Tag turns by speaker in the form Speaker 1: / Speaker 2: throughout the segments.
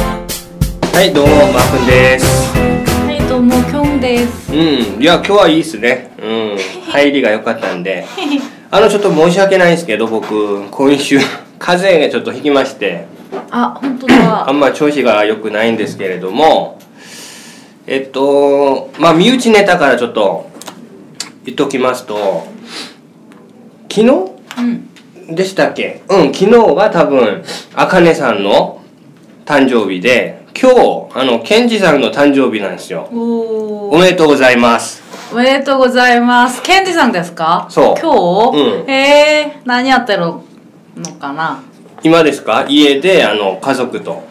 Speaker 1: はい、どうも、マー君です。
Speaker 2: はい、どうも、きょんです。
Speaker 1: うん、いや、今日はいいですね。 うん、入りが良かったん で。あの、ちょっと申し訳ないんですけど、僕、今週、 風邪がちょっとひきまして、
Speaker 2: あ、本当
Speaker 1: あ
Speaker 2: だ。
Speaker 1: んま調子が良くないんですけれども、えっと、まあ、身内ネタからちょっと、言っときますと、昨日
Speaker 2: うん。
Speaker 1: でしたっけうん昨日が多分あかねさんの誕生日で今日あのケンジさんの誕生日なんですよ
Speaker 2: お
Speaker 1: お
Speaker 2: ー
Speaker 1: めでとうございます
Speaker 2: おめでとうございます。ケンジさんですか
Speaker 1: そう
Speaker 2: 今日、
Speaker 1: うん
Speaker 2: へえ、何やってるのかな
Speaker 1: 今ですか家であの家族と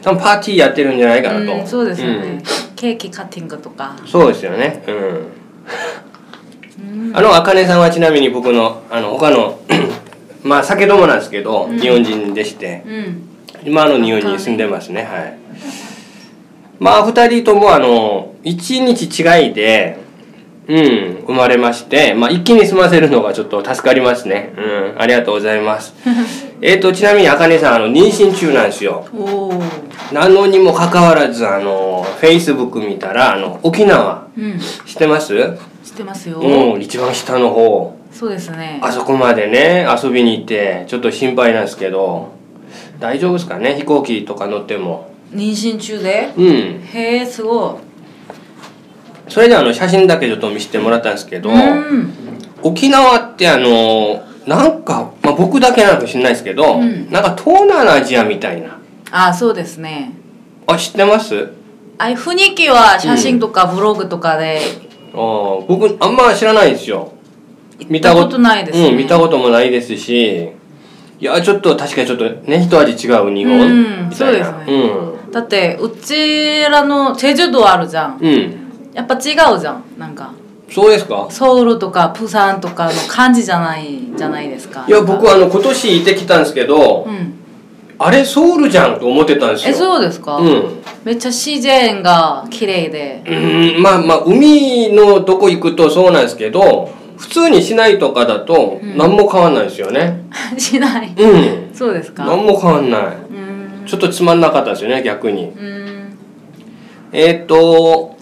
Speaker 1: 多分パーティーやってるんじゃないかなと、
Speaker 2: うん、そうですよね、ケーキカッティングとか
Speaker 1: うん。そうですよねうん、あのあかねさんはちなみに僕のあの他の まあ酒どもなんですけど、日本人でして、
Speaker 2: うん。
Speaker 1: 今の日本に住んでますねはいまあ2人ともあの1日違いでうん生まれまして、まあ、一気に済ませるのがちょっと助かりますねうんありがとうございますえっとちなみにあかねさんあの妊娠中なんですよ
Speaker 2: おお。
Speaker 1: なのにもかかわらずあのフェイスブック見たらあの沖縄
Speaker 2: うん。
Speaker 1: 知ってます
Speaker 2: 知ってますよ。
Speaker 1: うん一番下の方
Speaker 2: そうですね。
Speaker 1: あそこまでね遊びに行ってちょっと心配なんですけど大丈夫ですかね飛行機とか乗っても
Speaker 2: 妊娠中で
Speaker 1: うん
Speaker 2: へえ、すご
Speaker 1: それであの写真だけちょっと見せてもらったんですけ
Speaker 2: い。
Speaker 1: ど、
Speaker 2: うん。
Speaker 1: 沖縄ってあのなんか、まあ、僕だけなのかもしれないですけど、
Speaker 2: うん
Speaker 1: なんか東南アジアみたいな
Speaker 2: あ、そうですね。
Speaker 1: あ知ってます
Speaker 2: あい雰囲気は写真とかブログとかで
Speaker 1: あー僕あんま知らないんですよ
Speaker 2: 見たことないですね。
Speaker 1: うん見たこともないですしいやちょっと確かにちょっとね一味違う日
Speaker 2: うん
Speaker 1: 本みたいな
Speaker 2: そうですねだってうちらのチェジュ島あるじゃん
Speaker 1: うん、うん、
Speaker 2: やっぱ違うじゃんなんか
Speaker 1: そうですか
Speaker 2: ソウルとかプサンとかの感じじゃないじゃないですか
Speaker 1: いや僕あの今年行ってきたんですけど、
Speaker 2: うん
Speaker 1: あれソウルじゃんと思ってたんですよ
Speaker 2: えそうですか、
Speaker 1: うん
Speaker 2: めっちゃ自然が綺麗で
Speaker 1: うんまあまあ海のとこ行くとそうなんですけど普通に市内とかだと何も変わんないですよね
Speaker 2: しない
Speaker 1: うん、
Speaker 2: そうですか
Speaker 1: 何も変わんな
Speaker 2: うーん
Speaker 1: いちょっとつまんなかったですよね逆に
Speaker 2: うーん
Speaker 1: えーっと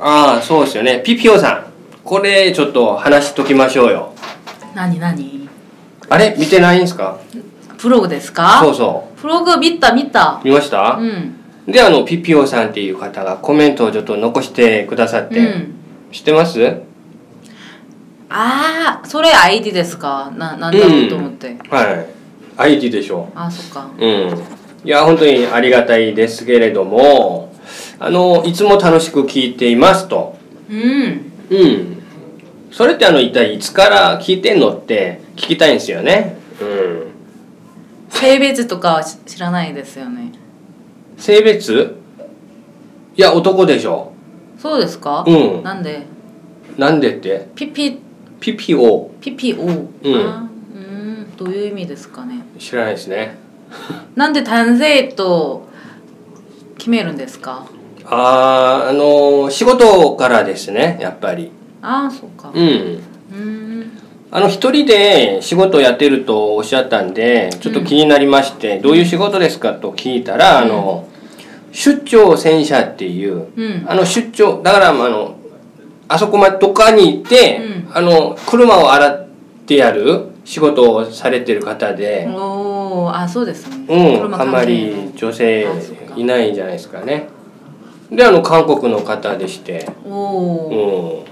Speaker 1: ああそうですよねピピオさんこれちょっと話しときましょうよ
Speaker 2: 何何
Speaker 1: あれ見てないんですか
Speaker 2: ブログですか
Speaker 1: そうそ
Speaker 2: ブログ見た見た
Speaker 1: う見ました、
Speaker 2: うん
Speaker 1: であのピピオさんっていう方がコメントをちょっと残してくださって、
Speaker 2: うん
Speaker 1: 知ってますはい
Speaker 2: ああそれ ID ですかななんだろうと思って、
Speaker 1: ID でしょ
Speaker 2: あそっか
Speaker 1: ううんいや本当にありがたいですけれどもあのいつも楽しく聞いていますと
Speaker 2: うん
Speaker 1: うんそれってあの一体いつから聞いてんのって聞きたいんですよねうん
Speaker 2: 性別とかは知知らないですよね
Speaker 1: 性別いや男でしょ
Speaker 2: そうですか、
Speaker 1: うん
Speaker 2: なんで
Speaker 1: なんでって
Speaker 2: ピピ
Speaker 1: ピピオ
Speaker 2: ピピオうんうんどういう意味ですかね
Speaker 1: 知らないですね
Speaker 2: なんで男性と決めるんですか
Speaker 1: あーあの仕事からですねやっぱり
Speaker 2: ああそうか
Speaker 1: うん
Speaker 2: うーん
Speaker 1: あの一人で仕事をやってるとおっしゃったんでちょっと気になりまして、どういう仕事ですかと聞いたら、あの出張戦車っていう、
Speaker 2: うん
Speaker 1: あの出張だからあのあそこまでどっかに行って、
Speaker 2: う
Speaker 1: あの車を洗ってやる仕事をされてる方で、
Speaker 2: おおあそうですね
Speaker 1: うん
Speaker 2: 車
Speaker 1: あん
Speaker 2: 関
Speaker 1: ま
Speaker 2: 係
Speaker 1: り女性
Speaker 2: あそっか
Speaker 1: いないんじゃないですかね。であの韓国の方でして、
Speaker 2: お
Speaker 1: うん
Speaker 2: お、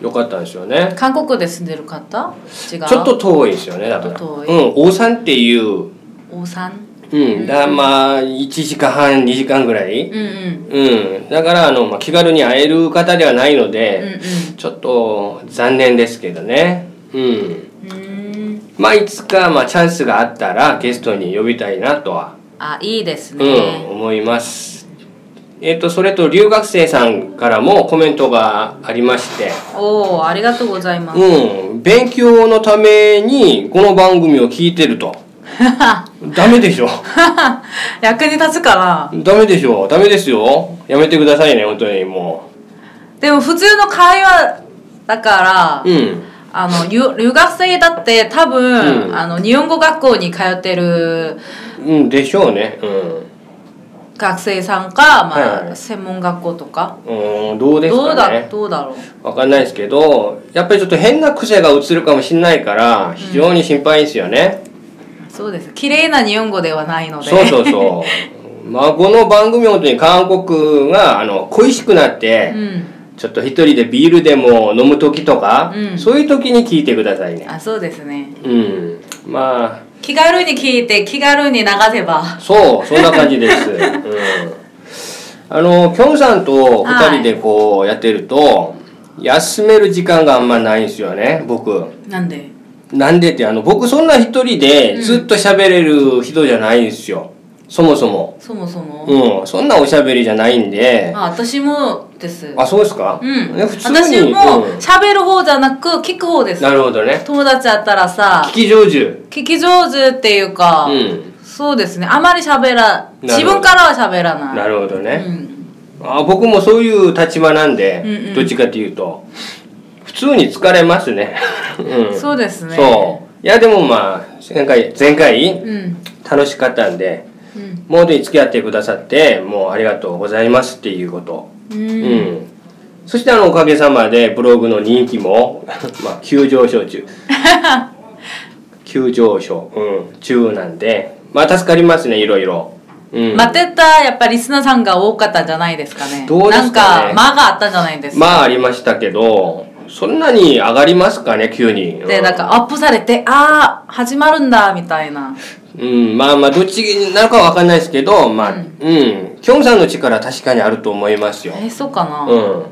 Speaker 1: よかったんですよね。
Speaker 2: 韓国で住んでる方違う
Speaker 1: ちょっと遠いですよねだから
Speaker 2: ちょっと遠
Speaker 1: うん、大さんっていう、
Speaker 2: お産
Speaker 1: うん、だまあ1時間半2時間ぐら
Speaker 2: う
Speaker 1: い、
Speaker 2: んうん
Speaker 1: うん、だからあの、まあ、気軽に会える方ではないの
Speaker 2: うん
Speaker 1: で、ちょっと残念ですけどねうん
Speaker 2: うんうーん
Speaker 1: まあいつか、まあ、チャンスがあったらゲストに呼びたいなとは、
Speaker 2: あいいで
Speaker 1: う
Speaker 2: す
Speaker 1: ん
Speaker 2: ね、
Speaker 1: 思いますえっ、とそれと留学生さんからもコメントがありまして
Speaker 2: おおありがとうございます、
Speaker 1: うん勉強のためにこの番組を聞いてる とダメでしょ
Speaker 2: 役に立つかな
Speaker 1: ダメでしょダメですよやめてくださいね本当にも
Speaker 2: でも普通の会話だから、
Speaker 1: ううん
Speaker 2: あの留留学生だって多分、
Speaker 1: うん
Speaker 2: あの日本語学校に通ってる
Speaker 1: うんでしょうねうん
Speaker 2: 学生さんか、
Speaker 1: はい
Speaker 2: ま
Speaker 1: は
Speaker 2: あ、
Speaker 1: い
Speaker 2: 専門学校とか
Speaker 1: うんどうです
Speaker 2: どう
Speaker 1: か
Speaker 2: だ
Speaker 1: ね
Speaker 2: どうだろう
Speaker 1: わかんないですけどやっぱりちょっと変な癖が映るかもしれないから非常に心配ですよね、
Speaker 2: そうです綺麗な日本語ではないので
Speaker 1: そうそうそうまあこの番組は本当に韓国があの恋しくなって、
Speaker 2: うん、
Speaker 1: ちょっと一人でビールでも飲む時とか、
Speaker 2: うん
Speaker 1: そういう時に聞いてくださいね
Speaker 2: あそうですね
Speaker 1: うんまあ
Speaker 2: 気軽に聞いて気軽に流せば
Speaker 1: そう、そんな感じです。 うん、あの、きょんさんと二人でこうやってると、休める時間があんまないんですよね、僕。
Speaker 2: なんで
Speaker 1: なんでって、あの、僕そんな一人でずっと喋れる人じゃないんですよ。そもそも。
Speaker 2: そもそも、
Speaker 1: うん、そんなおしゃべりじゃないんで。
Speaker 2: あ私もです
Speaker 1: あ、そうですか
Speaker 2: うん
Speaker 1: ね普通に。
Speaker 2: 私も
Speaker 1: うん
Speaker 2: 喋る方じゃなく聞く方です
Speaker 1: なるほどね。
Speaker 2: 友達だったらさ
Speaker 1: 聞き上手。
Speaker 2: 聞き上手っていうか、
Speaker 1: うん。
Speaker 2: そうですねあまり喋
Speaker 1: な
Speaker 2: ら
Speaker 1: るほど
Speaker 2: 自分からは喋らない
Speaker 1: なるほどね。
Speaker 2: うん
Speaker 1: あ僕もそういう立場なんで、
Speaker 2: うんうん
Speaker 1: どっちかというと普通に疲れます ね、うん、
Speaker 2: そうですね
Speaker 1: そういやでもまあ前回前回
Speaker 2: うん
Speaker 1: 楽しかったんで
Speaker 2: うん
Speaker 1: もう本当に付き合ってくださってもうありがとうございますっていうこと
Speaker 2: う、
Speaker 1: うんん、そしてあのおかげさまでブログの人気も まあ急上昇 中急上昇、うん、中なんでまあ助かりますねいろいろ、うん、
Speaker 2: 待ってたやっぱリスナーさんが多かったんじゃないですかね
Speaker 1: どうですかね
Speaker 2: なんか間があったんじゃないですか、
Speaker 1: まあありましたけど、そんなに上がりますかね、急に。う
Speaker 2: でなんかアップされてああ始まるんだみたいな
Speaker 1: うん、まあまあ、どっちになるかはわかんないですけど、まあ、うん、きょんさんの力は確かにあると思いますよ。
Speaker 2: えそうかな、
Speaker 1: うん。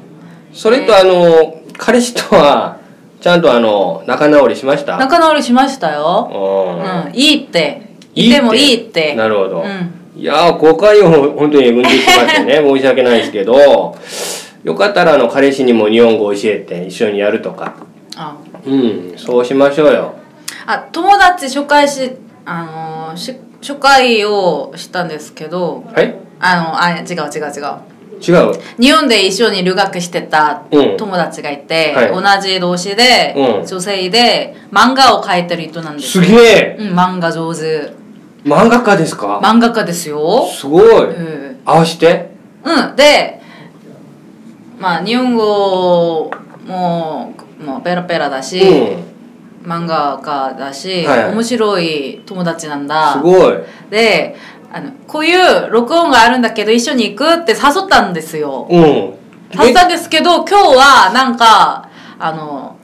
Speaker 1: それと、あの、彼氏とは、ちゃんとあの、仲直りしました
Speaker 2: 仲直りしましたよ、
Speaker 1: う。
Speaker 2: うんん、いいっていてもいいって
Speaker 1: なるほど。
Speaker 2: うん
Speaker 1: いやー、誤解を本当に生んでしま ってね、申し訳ないですけど、よかったらあの、彼氏にも日本語を教えて一緒にやるとか。
Speaker 2: あ
Speaker 1: うん、そうしましょうよ。
Speaker 2: あ友達紹介しあのーし紹介をしたんですけど
Speaker 1: はい
Speaker 2: あのあ違う違う違
Speaker 1: 違
Speaker 2: う
Speaker 1: う
Speaker 2: 日本で一緒に留学してた
Speaker 1: うん
Speaker 2: 友達がいて、
Speaker 1: は
Speaker 2: 同じ同士で、
Speaker 1: うん
Speaker 2: 女性で漫画を描いてる人なんです
Speaker 1: す
Speaker 2: よ、
Speaker 1: げえ
Speaker 2: うん、漫画上手
Speaker 1: 漫画家ですか、
Speaker 2: 漫画家ですよ、
Speaker 1: すごい
Speaker 2: うん、
Speaker 1: 合わして
Speaker 2: うん、でまあ日本語ももうペラペラだし、
Speaker 1: うん
Speaker 2: 漫画家だし、
Speaker 1: はいはい
Speaker 2: 面白い友達なんだ
Speaker 1: すごい
Speaker 2: であのこういう録音があるんだけど一緒に行くって誘ったんですよ
Speaker 1: うん
Speaker 2: 誘っ
Speaker 1: え
Speaker 2: たんですけど今日はなんかあの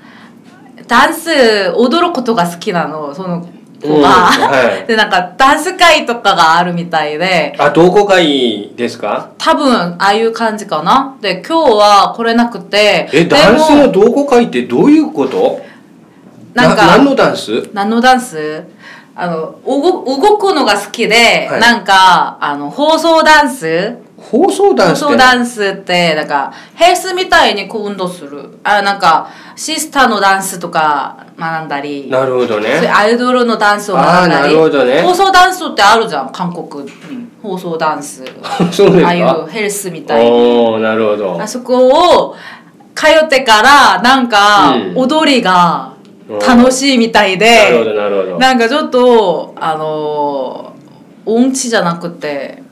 Speaker 2: ダンス踊ることが好きなのその子が、
Speaker 1: うんはい
Speaker 2: でなんかダンス会とかがあるみたいで
Speaker 1: あ同好会ですか
Speaker 2: 多分ああいう感じかなで今日は来れなくて
Speaker 1: え
Speaker 2: でも
Speaker 1: ダンスの同好会ってどういうこと
Speaker 2: なんか
Speaker 1: 何のダンス
Speaker 2: 何のダンスあの動動くのが好きで、
Speaker 1: はい
Speaker 2: なんかあの放送ダンス
Speaker 1: 放送ダンスって
Speaker 2: 放送ダンスってなんかヘルスみたいにこう運動するあなんかシスターのダンスとか学んだり
Speaker 1: なるほど
Speaker 2: そういう
Speaker 1: ね
Speaker 2: アイドルのダンスを学んだり
Speaker 1: あーなるほどね
Speaker 2: 放送ダンスってあるじゃん韓国に放送ダンス
Speaker 1: そうです
Speaker 2: ああいう
Speaker 1: か
Speaker 2: ヘルスみたいに
Speaker 1: おおーなるほど
Speaker 2: あそこを通ってからなんか
Speaker 1: うん
Speaker 2: 踊りが楽しいみたい
Speaker 1: なるほ
Speaker 2: で、
Speaker 1: どなるほど
Speaker 2: なんかちょっとあのー音痴じゃなくて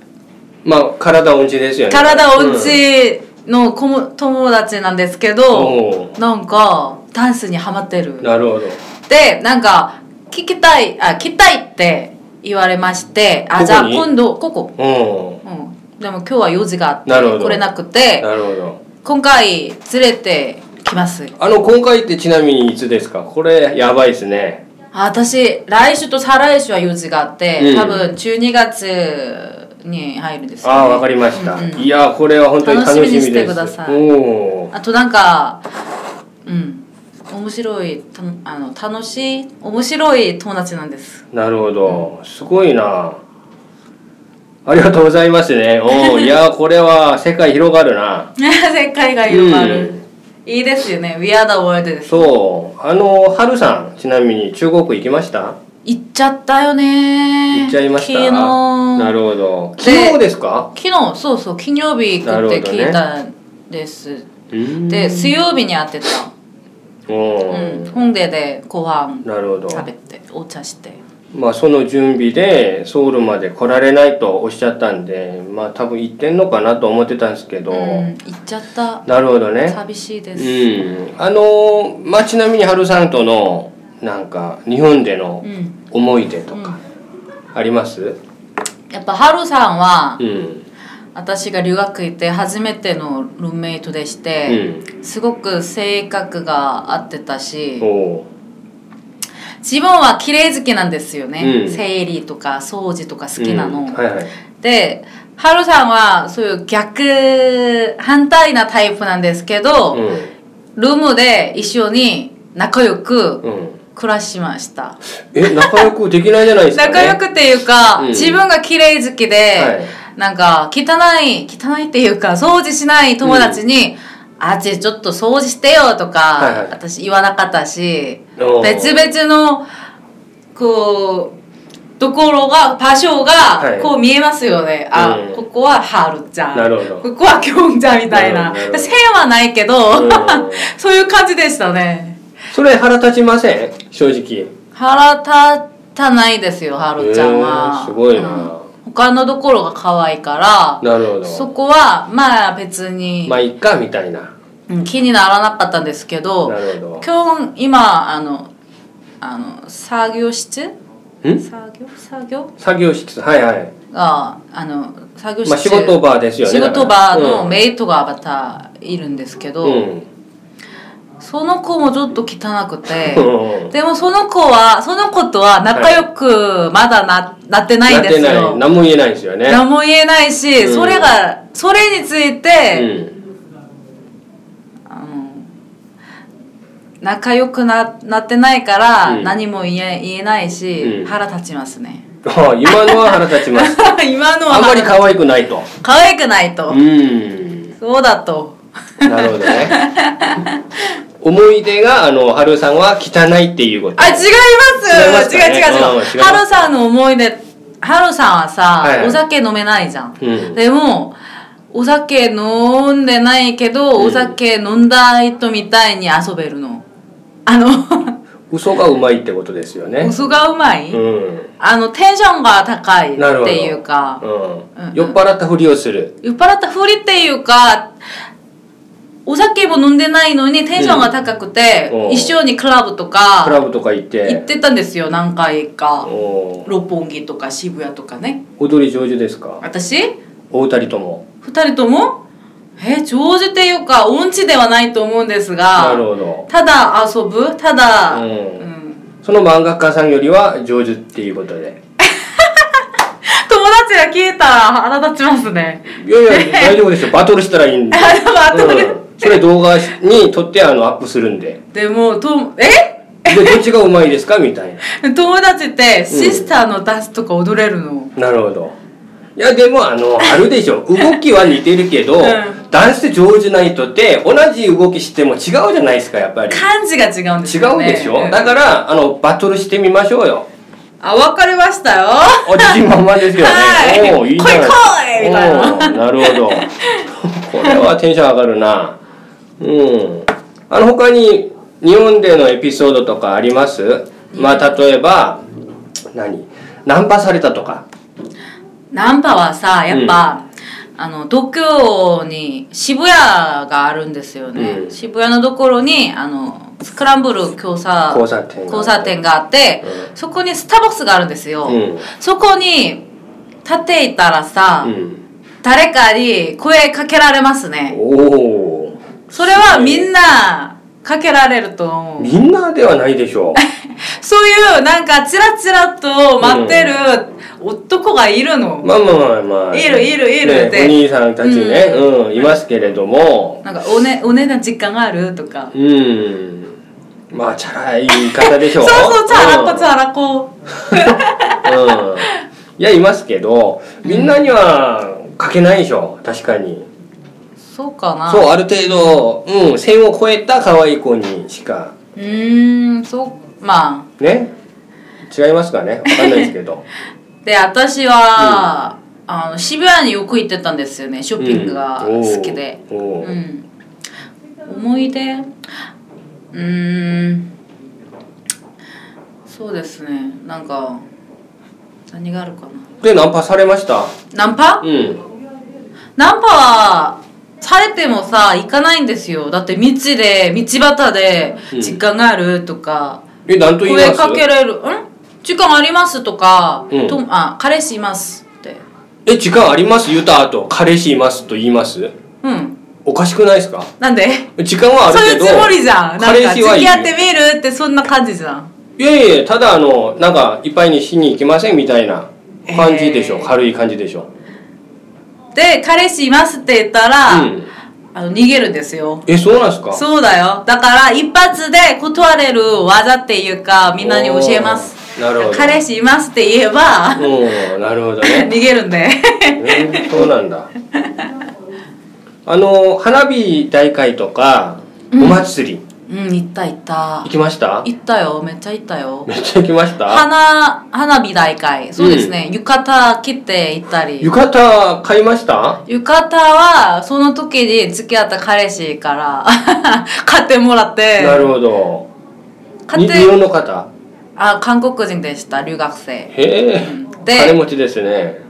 Speaker 1: まあ体音痴ですよね
Speaker 2: 体音痴の子も友達なんですけど
Speaker 1: お
Speaker 2: なんかダンスにハマって
Speaker 1: う
Speaker 2: る
Speaker 1: んなるほど
Speaker 2: でなんか聞きたいあ聞きたいって言われまして
Speaker 1: ここ
Speaker 2: あ
Speaker 1: に
Speaker 2: じゃあ今度ここ、
Speaker 1: うん
Speaker 2: うん、でも今日は用事があって
Speaker 1: なるほど
Speaker 2: 来れなくて
Speaker 1: なるほど
Speaker 2: 今回連れてきます
Speaker 1: あの今回ってちなみにいつですかこれやばいですね
Speaker 2: あ私来週と再来週は用事があって、
Speaker 1: うん
Speaker 2: 多分12月に入るんですよね、
Speaker 1: ああ、わかりました。
Speaker 2: うんうん
Speaker 1: いやー、これは本当に楽しみです。
Speaker 2: 楽しみにしてください
Speaker 1: おー
Speaker 2: あとなんかうん面白いたあの楽しい面白い友達なんです
Speaker 1: なるほど。すごいな。ありがとうございますね。 おお、いやー、これは世界広がるな。
Speaker 2: 世界が広がる、
Speaker 1: う
Speaker 2: いいですよね We are the world です
Speaker 1: そう、あの、はるさん、ちなみに中国行きました。
Speaker 2: 行っちゃったよね
Speaker 1: 行っちゃいました。
Speaker 2: 昨
Speaker 1: な
Speaker 2: 日
Speaker 1: るほど。
Speaker 2: で
Speaker 1: 昨日ですか。
Speaker 2: 昨日そうそう金曜日
Speaker 1: な
Speaker 2: 行
Speaker 1: る
Speaker 2: く
Speaker 1: ほどね
Speaker 2: って聞いたんです、
Speaker 1: うーん
Speaker 2: で水曜日に会ってた、
Speaker 1: おお、
Speaker 2: うん、本ででご飯
Speaker 1: なるほど。
Speaker 2: 食べてお茶して
Speaker 1: まあその準備でソウルまで来られないとおっしゃったんでまあ多分行ってんのかなと思ってたんですけど、
Speaker 2: うん、行っちゃった
Speaker 1: なるほどね
Speaker 2: 寂しいです、
Speaker 1: うんあのーまあちなみにハルさんとのなんか日本での
Speaker 2: うん
Speaker 1: 思い出と
Speaker 2: う
Speaker 1: か
Speaker 2: ん
Speaker 1: あります
Speaker 2: やっぱハルさんは
Speaker 1: うん
Speaker 2: 私が留学行って初めてのルームメイトでして、すごく性格が合ってたし
Speaker 1: おう
Speaker 2: 自分は綺麗好きなんですよね、
Speaker 1: うん
Speaker 2: 整理とか掃除とか好きなの、
Speaker 1: うんはいはい
Speaker 2: でハルさんはそういう逆反対なタイプなんですけど、ルームで一緒に仲良く
Speaker 1: うんうん
Speaker 2: 暮らしました、
Speaker 1: え仲良くできないじゃないですか、ね、
Speaker 2: 仲良くっていうか、
Speaker 1: うん
Speaker 2: 自分が綺麗好きで、
Speaker 1: はい
Speaker 2: なんか汚い汚いっていうか掃除しない友達に「あっちちょっと掃除してよ」とか、
Speaker 1: はいはい
Speaker 2: 私言わなかったし
Speaker 1: おー
Speaker 2: 別々のこうところが場所が
Speaker 1: い
Speaker 2: こう見えますよね、
Speaker 1: う
Speaker 2: あ
Speaker 1: ん
Speaker 2: ここはハルちゃん
Speaker 1: なるほど
Speaker 2: ここはキョンちゃんみたいな
Speaker 1: なるほど
Speaker 2: 線はないけど、
Speaker 1: うん
Speaker 2: そういう感じでしたね
Speaker 1: それ腹立ちません正直
Speaker 2: 腹立たないですよハルちゃんは、
Speaker 1: えーすごいな
Speaker 2: うん他のところが可愛いから
Speaker 1: なるほど
Speaker 2: そこはまあ別に、
Speaker 1: まあいっかみたいな
Speaker 2: うん気にならなかったんですけど
Speaker 1: なるほど
Speaker 2: 今日今あのあの作業室
Speaker 1: ん
Speaker 2: 作業作業
Speaker 1: 作業室はいはい
Speaker 2: があの作業室、
Speaker 1: まあ仕事場ですよね
Speaker 2: 仕事場の
Speaker 1: イ
Speaker 2: メイトがまたいるんですけど、
Speaker 1: うん
Speaker 2: その子もちょっと汚く て
Speaker 1: うん
Speaker 2: でもその子はその子とは仲良くまだな,、なってないんです
Speaker 1: なってな
Speaker 2: よ
Speaker 1: い何も言えないんですよね
Speaker 2: 何も言えないし、
Speaker 1: うん
Speaker 2: それがそれについうて、
Speaker 1: ん
Speaker 2: あの仲良くななってないから、
Speaker 1: うん
Speaker 2: 何も言え言えないし、
Speaker 1: うん
Speaker 2: 腹立ちますね
Speaker 1: あ今のは腹立ちます
Speaker 2: 今のは
Speaker 1: あんまり可愛くないと
Speaker 2: 可愛くないと、
Speaker 1: うん
Speaker 2: そうだと
Speaker 1: なるほどね思い出があの春さんは汚いっていうこと
Speaker 2: あ違います
Speaker 1: 違いますか
Speaker 2: 違う
Speaker 1: ね
Speaker 2: 違
Speaker 1: うん
Speaker 2: う
Speaker 1: 違います
Speaker 2: 違うハロさんの思い出ハロさんはさ、
Speaker 1: はいはい
Speaker 2: お酒飲めないじゃん、
Speaker 1: うん
Speaker 2: でもお酒飲んでないけど、
Speaker 1: うん
Speaker 2: お酒飲んだ人みたいに遊べるのあの
Speaker 1: 嘘がうまいってことですよね
Speaker 2: 嘘がうまい、
Speaker 1: うん
Speaker 2: あのテンションが高いっ
Speaker 1: なるほど
Speaker 2: ていうか
Speaker 1: うん
Speaker 2: うん
Speaker 1: 酔っ払ったふりをする
Speaker 2: 酔っ払ったふりっていうかお酒も飲んでないのにテンションが高くて、
Speaker 1: うんおう
Speaker 2: 一緒にクラブと
Speaker 1: クラ
Speaker 2: か
Speaker 1: ブとか行って
Speaker 2: 行ってたんですよ何回か
Speaker 1: おー
Speaker 2: 六本木とか渋谷とかね
Speaker 1: 踊り上手ですか
Speaker 2: 私
Speaker 1: お二人とも
Speaker 2: 二人ともえ上手っていうか音痴ではないと思うんです
Speaker 1: なる
Speaker 2: が
Speaker 1: ほど
Speaker 2: ただ遊ぶただ、
Speaker 1: うん
Speaker 2: うん
Speaker 1: その漫画家さんよりは上手っていうことで
Speaker 2: 友達が消えたら腹立ちますね
Speaker 1: いや いや大丈夫ですよバトルしたらいいんで
Speaker 2: あでも後で
Speaker 1: うんそれ動画に撮ってあのアップするんで
Speaker 2: でもとえ
Speaker 1: でどっちがうまいですかみたいな
Speaker 2: 友達ってシスターのダンスとか踊れるの、
Speaker 1: なるほどいやでもあのあるでしょ動きは似てるけど、
Speaker 2: ん
Speaker 1: ダンス上手な人って同じ動きしても違うじゃないですかやっぱり
Speaker 2: 感じが違うんです
Speaker 1: 違
Speaker 2: よ
Speaker 1: う
Speaker 2: ね
Speaker 1: でしょ、
Speaker 2: うん
Speaker 1: だからあのバトルしてみましょうよ
Speaker 2: あ分かりましたよ
Speaker 1: お自信満々ですよね。
Speaker 2: はい
Speaker 1: おーいいじゃない
Speaker 2: 来い来いみたいな
Speaker 1: おーなるほど。これはテンション上がるな。うん。あの他に日本でのエピソードとかあります？まあ例えば何ナンパされたとか。
Speaker 2: ナンパはさやっぱ、あの東京に渋谷があるんですよね、
Speaker 1: うん
Speaker 2: 渋谷のところにあのスクランブル交差
Speaker 1: 交差点が
Speaker 2: 交差点があって、
Speaker 1: うん
Speaker 2: そこにスターバックスがあるんですよ、
Speaker 1: うん
Speaker 2: そこに立っていたらさ、
Speaker 1: うん。
Speaker 2: 誰かに声かけられますね
Speaker 1: おお。
Speaker 2: それはみんなかけられると思う
Speaker 1: みんなではないでし ょう。
Speaker 2: そういうなんかチラチラと待ってる男がいるの、
Speaker 1: まあまあまあまあ。
Speaker 2: いるいるいる
Speaker 1: ね
Speaker 2: って
Speaker 1: お兄さんたちね、うん、いますけれども、
Speaker 2: なんかおねお値段実感があるとか
Speaker 1: うん。まあチャラい言い方でしょ
Speaker 2: そうそうチャラ
Speaker 1: う
Speaker 2: コ
Speaker 1: ん
Speaker 2: チャラコ
Speaker 1: うんいやいますけどみんなには書けないでしょ確かに
Speaker 2: そうかな
Speaker 1: そう
Speaker 2: う
Speaker 1: ある程度、うん、線を越えた可愛い子にしか
Speaker 2: ーんそうまあ
Speaker 1: ね違いますかねわかんないですけど
Speaker 2: で私は、あの渋谷によく行ってたんですよねショッ ピングが
Speaker 1: うん
Speaker 2: 好きで
Speaker 1: おー
Speaker 2: う
Speaker 1: おー
Speaker 2: ん、思い出うーんそうですねなんか何があるかな
Speaker 1: でナンパされました
Speaker 2: ナンパ
Speaker 1: うん
Speaker 2: ナンパはされてもさ行かないんですよだって道で道端で
Speaker 1: うん
Speaker 2: 時間があるとか、
Speaker 1: えなんと言います
Speaker 2: 声かけられる「ん時間あります」とか、
Speaker 1: うん
Speaker 2: とあ「彼氏います」って
Speaker 1: え時間あります言った後彼氏いますと言います
Speaker 2: うん
Speaker 1: おかしくないですか
Speaker 2: なんで
Speaker 1: 時間はある
Speaker 2: そうい
Speaker 1: け
Speaker 2: う
Speaker 1: ど
Speaker 2: つもりじゃんなん
Speaker 1: 彼
Speaker 2: か
Speaker 1: 氏はい
Speaker 2: 付
Speaker 1: る
Speaker 2: き合ってみるってそんな感じじゃん
Speaker 1: いやいやいやただあのなんかいっぱいにしに行きませんみたいな感じでしょ、
Speaker 2: えー
Speaker 1: 軽い感じでしょ
Speaker 2: で彼氏いますって言ったら、
Speaker 1: うん
Speaker 2: あの逃げるんですよ
Speaker 1: えそうなんすか
Speaker 2: そうだよだから一発で断れる技っていうかみんなに教えます
Speaker 1: おーなるほど
Speaker 2: 彼氏いますって言えば、
Speaker 1: うんなるほどね
Speaker 2: 逃げるんで
Speaker 1: うんそうなんだあの花火大会とかお祭り、
Speaker 2: うん行った行った
Speaker 1: 行きました
Speaker 2: 行ったよめっちゃ行ったよ
Speaker 1: めっちゃ行きました
Speaker 2: 花花火大会そうですね、浴衣着て行ったり
Speaker 1: 浴衣買いました
Speaker 2: 浴衣はその時に付き合った彼氏から 買ってもらって
Speaker 1: なるほど
Speaker 2: 買
Speaker 1: に
Speaker 2: っ
Speaker 1: 日本
Speaker 2: て
Speaker 1: の方
Speaker 2: あ韓国人でした留学生
Speaker 1: へえ
Speaker 2: で
Speaker 1: 金持ちですね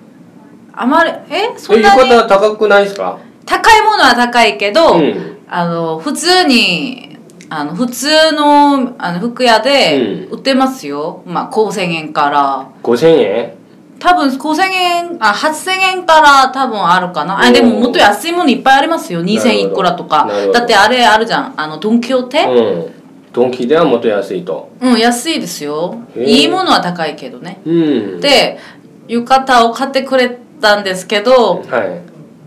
Speaker 2: あまりえそ
Speaker 1: え
Speaker 2: ん
Speaker 1: 浴
Speaker 2: なに
Speaker 1: 衣高くないですか
Speaker 2: 高いものは高いけど、
Speaker 1: うん
Speaker 2: あの普通にあの普通のあの服屋で売ってますよ、まあ5000円から
Speaker 1: 5000円
Speaker 2: 多分5000円あ8000円から多分あるかな
Speaker 1: お
Speaker 2: あ
Speaker 1: ー
Speaker 2: でももっと安いものいっぱいありますよ
Speaker 1: なるほ
Speaker 2: 2000
Speaker 1: ど
Speaker 2: いくらとか
Speaker 1: なるほど
Speaker 2: だってあれあるじゃんあのドン・キョーテ
Speaker 1: うんドンキではもっと安いと
Speaker 2: うん安いですよ
Speaker 1: へー
Speaker 2: いいものは高いけどね
Speaker 1: うん
Speaker 2: で浴衣を買ってくれたんですけど
Speaker 1: はい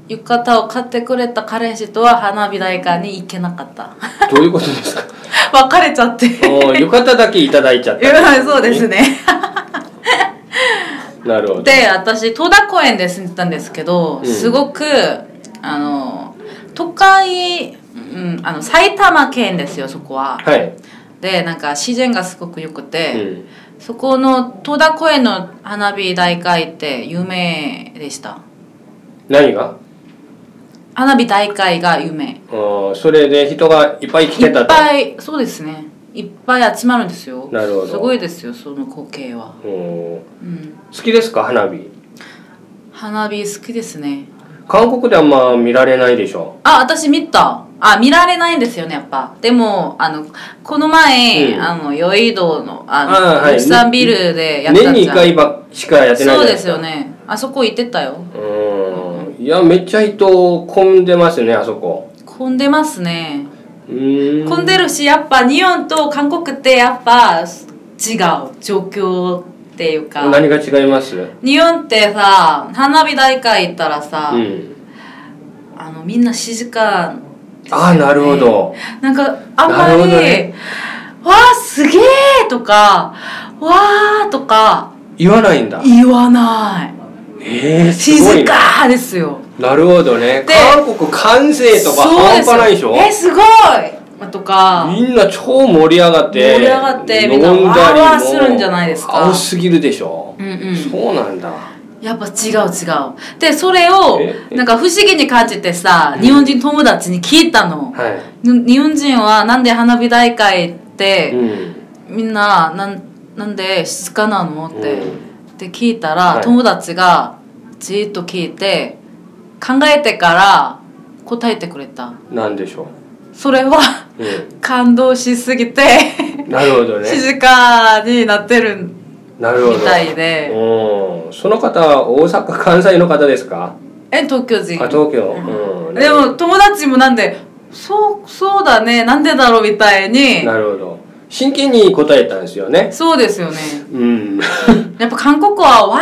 Speaker 2: 浴衣を買ってくれた彼氏とは花火大会に行けなかった
Speaker 1: どういうことです か
Speaker 2: 別れちゃって
Speaker 1: おー浴衣だけいただいちゃっ
Speaker 2: いや
Speaker 1: た
Speaker 2: そうですね。
Speaker 1: なるほど
Speaker 2: で私戸田公園で住んでたんですけど、
Speaker 1: うん
Speaker 2: すごくあの都会、うん、あの埼玉県ですよそこは。
Speaker 1: はい、
Speaker 2: でなんか自然がすごく良く
Speaker 1: う
Speaker 2: て、
Speaker 1: ん、
Speaker 2: そこの戸田公園の花火大会って有名でした。
Speaker 1: 何が
Speaker 2: 花火大会が有名。
Speaker 1: うんそれで人がいっぱい来
Speaker 2: い
Speaker 1: てた
Speaker 2: っ
Speaker 1: と
Speaker 2: ぱいそうですね。いっぱい集まるんですよ。
Speaker 1: なるほど
Speaker 2: すごいですよその光景は。
Speaker 1: うん
Speaker 2: うん、
Speaker 1: 好きですか花火
Speaker 2: 花火好きですね。
Speaker 1: 韓国であんま見られないでしょ
Speaker 2: あ、私見た。あ、見られないんですよね、やっぱ。でも、あの、この前、
Speaker 1: うん
Speaker 2: あの、ヨイドの、あの、
Speaker 1: あーはい
Speaker 2: 日産ビルでやったじゃ
Speaker 1: 年
Speaker 2: ん。
Speaker 1: に1回ばしかやってないじゃ
Speaker 2: そう
Speaker 1: ない
Speaker 2: で
Speaker 1: です
Speaker 2: す
Speaker 1: か
Speaker 2: よね。あそこ行ってたよ。
Speaker 1: うんいやめっちゃ人混んでますねあそこ
Speaker 2: 混んでますね。
Speaker 1: うん
Speaker 2: 混んでるし、やっぱ日本と韓国ってやっぱ違う状況っていうか。
Speaker 1: 何が違います
Speaker 2: 日本ってさ、花火大会行ったらさ、
Speaker 1: うん
Speaker 2: あの、みんな静かですよね、
Speaker 1: ああなるほど
Speaker 2: なんかあん
Speaker 1: なるほ
Speaker 2: まり、
Speaker 1: どね
Speaker 2: わあすげえとかわあとか
Speaker 1: 言わないんだ
Speaker 2: 言わない
Speaker 1: ええすごい
Speaker 2: 静
Speaker 1: な
Speaker 2: かですよ
Speaker 1: なるほどね
Speaker 2: で
Speaker 1: 韓国関西とか半端ないでしょ
Speaker 2: そうですよえすごいとか
Speaker 1: みんな超盛り上がって
Speaker 2: 盛り上がって
Speaker 1: 飲
Speaker 2: みん
Speaker 1: ん
Speaker 2: な
Speaker 1: だりも
Speaker 2: わーわーするんじゃないですか
Speaker 1: 青すぎるでしょ
Speaker 2: うんうん
Speaker 1: そうなんだ
Speaker 2: やっぱ違う違うでそれを
Speaker 1: え
Speaker 2: なんか不思議に感じてさ日本人友達に聞いたの、
Speaker 1: はい
Speaker 2: ぬ日本人はなんで花火大会って、
Speaker 1: うん
Speaker 2: みんななんなんで静かなのって、
Speaker 1: う
Speaker 2: で聞いたら、
Speaker 1: はい
Speaker 2: 友達がじーっと聞いて考えてから答えてくれた
Speaker 1: なんでしょ
Speaker 2: それは
Speaker 1: うう
Speaker 2: 感動しすぎて
Speaker 1: んなるほどね
Speaker 2: 静かになってるみ
Speaker 1: なるほど
Speaker 2: たいで
Speaker 1: うんその方は大阪関西の方ですか
Speaker 2: え東京人
Speaker 1: あ東京うん
Speaker 2: でも友達もなんでそうそうだねなんでだろうみたいに
Speaker 1: なるほど真剣に答えたんですよね
Speaker 2: そうですよね
Speaker 1: うん
Speaker 2: やっぱ韓国はわーわ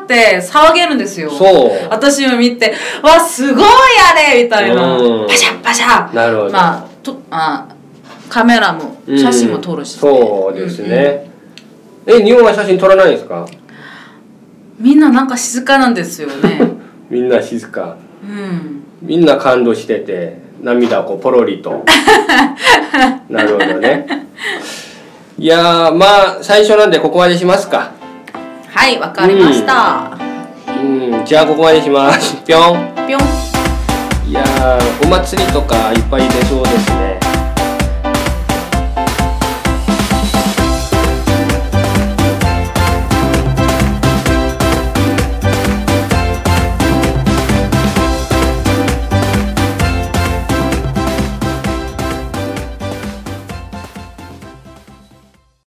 Speaker 2: ーって騒げるんですよ
Speaker 1: そう
Speaker 2: 私も見て「わすごいあれ!」みたい
Speaker 1: う
Speaker 2: な
Speaker 1: ん
Speaker 2: パシャパシャ
Speaker 1: なるほど
Speaker 2: まあとあカメラも
Speaker 1: うん
Speaker 2: 写真も撮るし、
Speaker 1: そうですねえ日本は写真撮らないんですか
Speaker 2: みんななんか静かなんですよね
Speaker 1: みんな静か
Speaker 2: うん
Speaker 1: みんな感動してて涙をこうポロリ となるほどねいやーまあ最初なんでここまでしますか
Speaker 2: はいわかりました、
Speaker 1: うんじゃあここまでしますぴょん
Speaker 2: ぴょん
Speaker 1: いやーお祭りとかいっぱい出そうですね